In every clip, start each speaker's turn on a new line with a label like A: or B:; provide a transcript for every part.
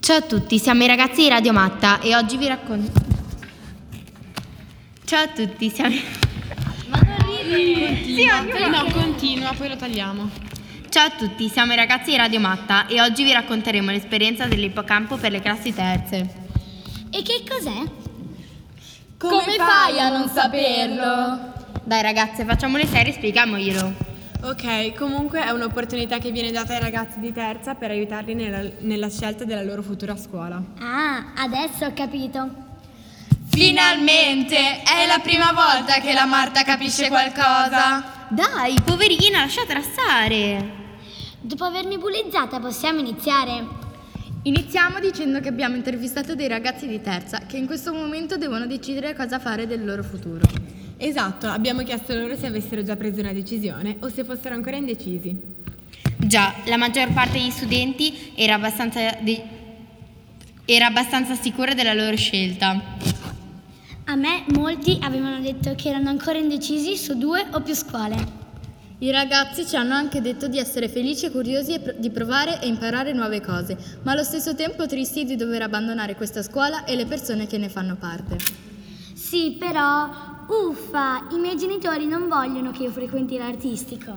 A: Ciao a tutti, siamo i ragazzi di Radio Matta e oggi vi racconto. Ciao a tutti, siamo.
B: No, continua, poi lo tagliamo.
A: Ciao a tutti, siamo i ragazzi di Radio Matta e oggi vi racconteremo l'esperienza dell'ippocampo per le classi terze.
C: E che cos'è?
D: Come fai a non saperlo?
A: Dai ragazze, facciamole serie e spieghiamoglielo.
B: Ok, comunque è un'opportunità che viene data ai ragazzi di terza per aiutarli nella, nella scelta della loro futura scuola.
C: Ah, adesso ho capito.
D: Finalmente! È la prima volta che la Marta capisce qualcosa.
A: Dai, poverina, lasciatela stare.
C: Dopo aver nebulizzata possiamo iniziare.
E: Iniziamo dicendo che abbiamo intervistato dei ragazzi di terza che in questo momento devono decidere cosa fare del loro futuro.
B: Esatto, abbiamo chiesto loro se avessero già preso una decisione o se fossero ancora indecisi.
A: Già, la maggior parte degli studenti era abbastanza, de- era abbastanza sicura della loro scelta.
C: A me molti avevano detto che erano ancora indecisi su due o più scuole.
E: I ragazzi ci hanno anche detto di essere felici e curiosi e pr- di provare e imparare nuove cose, ma allo stesso tempo tristi di dover abbandonare questa scuola e le persone che ne fanno parte.
C: Sì, però, uffa, i miei genitori non vogliono che io frequenti l'artistico.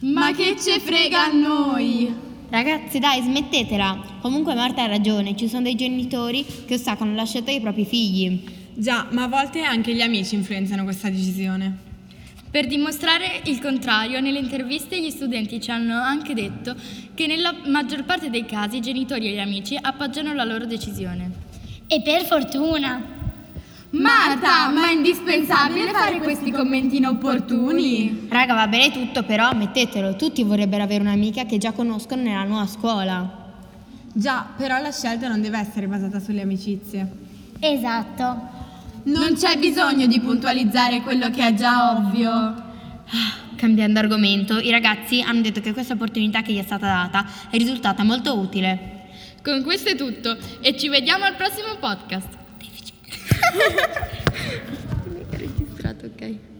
D: Ma che ce frega a noi?
A: Ragazzi, dai, smettetela. Comunque Marta ha ragione, ci sono dei genitori che ostacolano la scelta dei propri figli.
B: Già, ma a volte anche gli amici influenzano questa decisione.
D: Per dimostrare il contrario, nelle interviste gli studenti ci hanno anche detto che nella maggior parte dei casi i genitori e gli amici appoggiano la loro decisione.
C: E per fortuna.
D: Marta, ma è indispensabile fare questi commenti inopportuni?
A: Raga, va bene tutto, però ammettetelo, tutti vorrebbero avere un'amica che già conoscono nella nuova scuola.
B: Già, però la scelta non deve essere basata sulle amicizie.
C: Esatto.
D: Non c'è bisogno di puntualizzare quello che è già ovvio.
A: Cambiando argomento, i ragazzi hanno detto che questa opportunità che gli è stata data è risultata molto utile.
D: Con questo è tutto e ci vediamo al prossimo podcast.
E: Registrato, ok.